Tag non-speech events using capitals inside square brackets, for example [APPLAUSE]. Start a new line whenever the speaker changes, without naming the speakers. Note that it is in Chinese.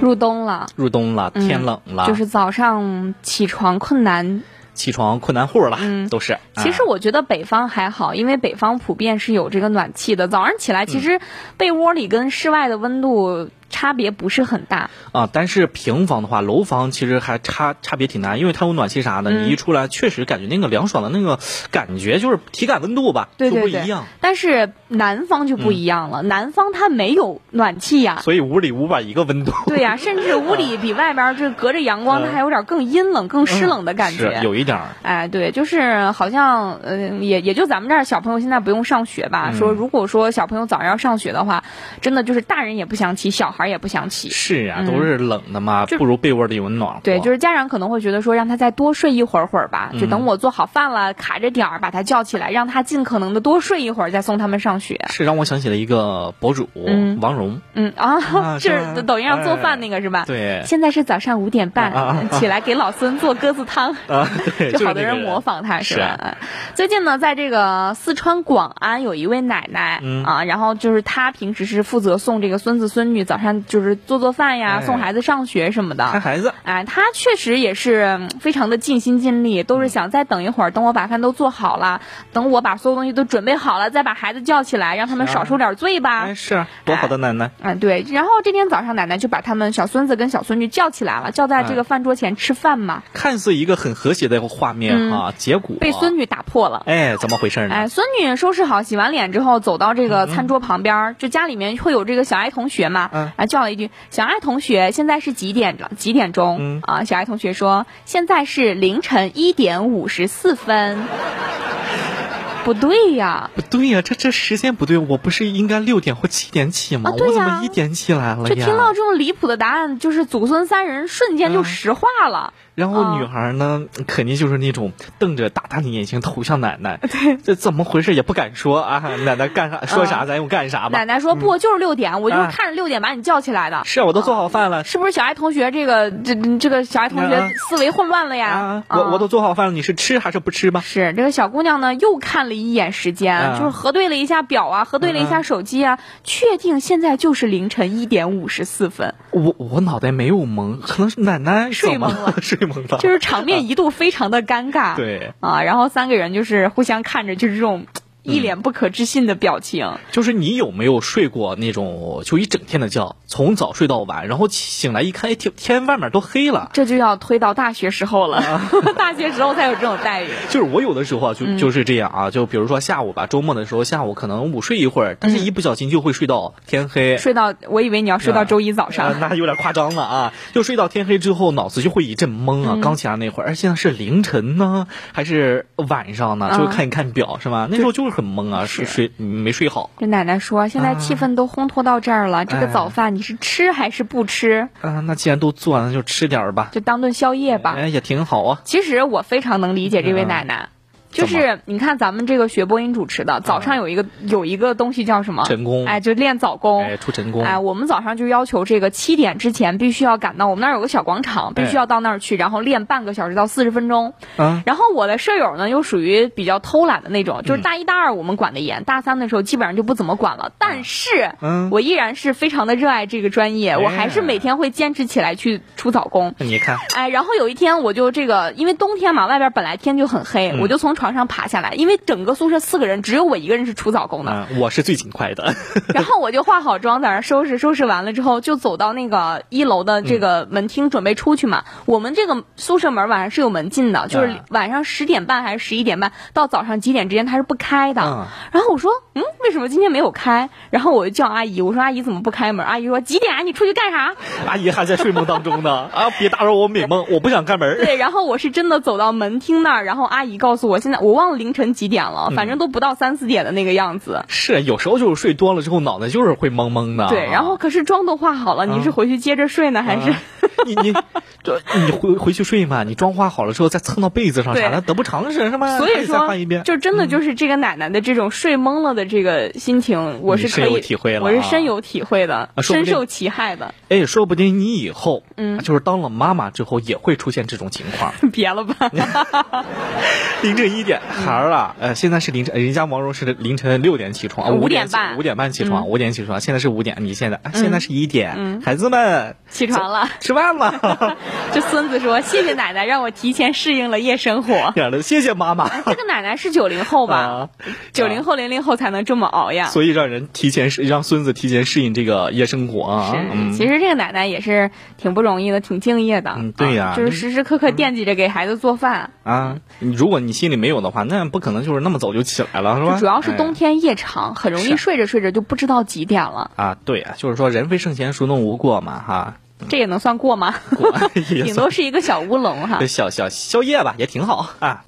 入冬了，
入冬了，
嗯
天冷了，
就是早上起床困难。
起床困难户了，
嗯
都是。
其实
啊
我觉得北方还好，因为北方普遍是有这个暖气的。早上起来，
嗯
其实被窝里跟室外的温度差别不是很大。
啊，但是平房的话，楼房其实还差差别挺大，因为它有暖气啥的，
嗯
你一出来确实感觉那个凉爽的那个感觉，就是体感温度吧，
对对
就不一样。
但是南方就不一样
嗯
了，南方它没有暖气
[LAUGHS]
呀、
所以屋里屋吧一个温度，
啊对呀、甚至屋里比外边儿这隔着阳光，
嗯
它还有点更阴冷、更湿冷的感觉。
是有一点儿。
哎，对，就是好像，嗯、也也就咱们这儿小朋友现在不用上学吧。
嗯
说如果说小朋友早上要上学的话，真的就是大人也不想起，小孩儿也不想起。
是啊，
嗯
都是冷的嘛，
就
不如被窝里有暖和。
对，就是家长可能会觉得说，让他再多睡一会儿会儿吧，
嗯
就等我做好饭了，卡着点儿把他叫起来，让他尽可能的多睡一会儿，再送他们上学。
是让我想起了一个博主、
嗯
王蓉，
嗯啊，
啊
这
是
抖音上做
哎
饭那个是吧？。 [LAUGHS]
对
现在是早上五点半，
啊啊
起来给老孙做鸽子汤。
啊，对，
就好多
是那个
人模。仿他是吧？
是啊
哎最近呢，在这个四川广安有一位奶奶、
嗯
啊，然后就是她平时是负责送这个孙子孙女早上就是做做饭呀，
哎
送孩子上学什么
看
的。
孩子，
哎，她确实也是嗯非常的尽心尽力，
嗯
都是想再等一会儿，等我把饭都做好了，等我把所有东西都准备好了，再把孩子叫起来，让他们
是啊
少受点罪吧。
哎，是啊多好的奶奶，
嗯，对。然后这天早上，奶奶就把他们小孙子跟小孙女叫起来了，叫
哎
在这个饭桌前吃饭嘛，
看似一个很和谐的画面哈，结果
嗯被孙女打破了。
哎，怎么回事呢？
哎，孙女收拾好、洗完脸之后，走到这个餐桌旁边儿，就家里面会有这个小爱同学嘛，
嗯
啊，叫了一句：“小爱同学，现在是几点了？几点钟？”
嗯
啊，小爱同学说：“现在是凌晨一点五十四分。”不对呀，
不对呀、这这时间不对，我不是应该六点或七点起吗？
啊
我
对
怎
呀
么一点起来了
就
呀？
听到这么离谱的答案，就是祖孙三人瞬间就
嗯
石化了。
然后
啊
女孩呢，肯定就是那种瞪着大大的眼睛投向奶
[LAUGHS]
奶，对，这怎么回事也不敢说啊， [LAUGHS] 奶奶干
哦
啥说啥、咱就干啥吧
奶。奶说：“不，就是六点，我就是
哎
看着六点把你叫起来的。”
是啊，我都做好饭了
是不是小爱同学这个这这个小爱同
嗯
学
嗯
思维混乱了呀哦
啊，？我我都做好饭了，你是吃还是不吃吧？
是这个小姑娘呢，又看了一眼时间，
嗯
就是核对了一下表啊，核对了一下手机啊，确定现在就是凌晨一点五十四分，
我我脑袋没有蒙，可能是奶奶
睡
怎么
蒙了
[LAUGHS] 睡蒙了。
就是场面一度非常的尴尬。
对，嗯
啊，然后三个人就是互相看着，就是这种一脸不可置信的表情。
就是你有没有睡过那种就一整天的觉，从早睡到晚，然后起醒来一看，哎，天天外面都黑了。
这就要推到大学时候了，
啊
[LAUGHS] 大学时候才有这种待遇。
就是我有的时候啊，
嗯
就就是这样啊，就比如说下午吧，周末的时候下午可能午睡一会儿，但是
嗯
一不小心就会睡到天黑。
睡到，我以为你要睡到周一早
啊
上，。
那有点夸张了啊！就睡到天黑之后，脑子就会一阵懵
嗯
啊。刚起来那会儿，哎，现在是凌晨呢，还是晚上呢？就
嗯
看一看表，是吧？那时候就是很懵啊，
是
睡睡没睡好。
这奶奶说：“现在气氛都烘托到这儿了，这个
啊哎
早饭你是吃还是不吃？
啊，那既然都做完了，就吃点儿吧。
就当顿宵夜吧。”
哎，也挺好啊。
其实我非常能理解这位奶奶，就
嗯怎嗯
是你看咱们这个学播音主持的，早上有一个、有一个东西叫什么？
晨功
哎，就练早功。
哎，出晨功。
哎，我们早上就要求这个七点之前必须要赶到，我们那儿有个小广场，
哎
必须要到那儿去，然后练半个小时到四十分钟。
啊，
然后我的舍友呢，又属于比较偷懒的那种，
嗯
就是大一、大二我们管得严，大三的时候基本上就不怎么管了。但是，
嗯
我依然是非常的热爱这个专业，我还是
哎
每天会坚持起来去出早功。
你看，
哎，然后有一天我就这个，因为冬天嘛，外边本来天就很黑，
嗯
我就从床上爬下来，因为整个宿舍四个人只有我一个人是出早功的，
啊，我是最勤快的。 [LAUGHS]
然后我就化好妆，在那儿收拾，收拾完了之后就走到那个一楼的
嗯
这个门厅准备出去嘛。我们这个宿舍门晚上是有门禁的，就是
啊
晚上十点半还是十一点半到早上几点之间它是不开的。
啊
然后我说，嗯，为什么今天没有开？然后我就叫阿姨，我说阿姨怎么不开门？阿姨说几点啊？你出去干啥？
阿姨还在睡梦当中呢， [LAUGHS] 啊，别打扰我美梦，我不想开门儿。
[LAUGHS] 对，然后我是真的走到门厅那儿，然后阿姨告诉我，现在我忘了凌晨几点了，
嗯
反正都不到三四点的那个样子。
是，有时候就是睡多了之后，脑袋就是会懵懵的。啊
对，然后可是妆都化好了，你是回去接着睡呢，还是？
啊你你这你回回去睡嘛，你妆化好了之后再蹭到被子上啥的，得不偿失是
[LAUGHS]
吗？
所
还
以
啊得再
说
换一遍，。嗯
就真的就是这个奶奶的这种睡懵了的这个心情，我是
你深
可
有
以
体会了
我是
啊
深有体会的，
啊说不
深
定
受其害的。 [LAUGHS]
哎，说不定你以后，啊
嗯
就是当了妈妈之后也会出现这种情况。
别了吧，
[LAUGHS] 凌晨一点，孩儿啊，呃，现在是凌晨，人家毛绒是凌晨六点起床，啊
嗯五
五
点
起
半嗯
五点半起床，五点起床，现在是五点，你现在啊现在是一点，孩子们
起床了。
吃
[LAUGHS]
饭了，
这孙子说：“谢谢奶奶，让我提前适应了夜生
[LAUGHS]
活。
点了，谢谢妈
[LAUGHS]
妈。”
这个奶奶是九零后吧？
啊，
九零后、零零后才能这么熬呀。
所以让人提前适让孙子提前适应这个夜生活啊。
是，
嗯
其实这个奶奶也是挺不容易的，挺敬业的。
嗯对呀
啊就是时时刻刻惦记着给孩子做饭，
啊，
嗯
你如果你心里没有的话，那不可能就是那么早就起来了，是吧？
就主要是冬
哎
天夜长，很容易
是
睡着睡着就不知道几点了。
啊，对啊，就是说人非圣贤，孰能无过嘛，哈，
[LAUGHS] 这也能算过吗？
过也
顶
算
多是一个小乌龙哈。
小小宵夜吧，也挺好啊。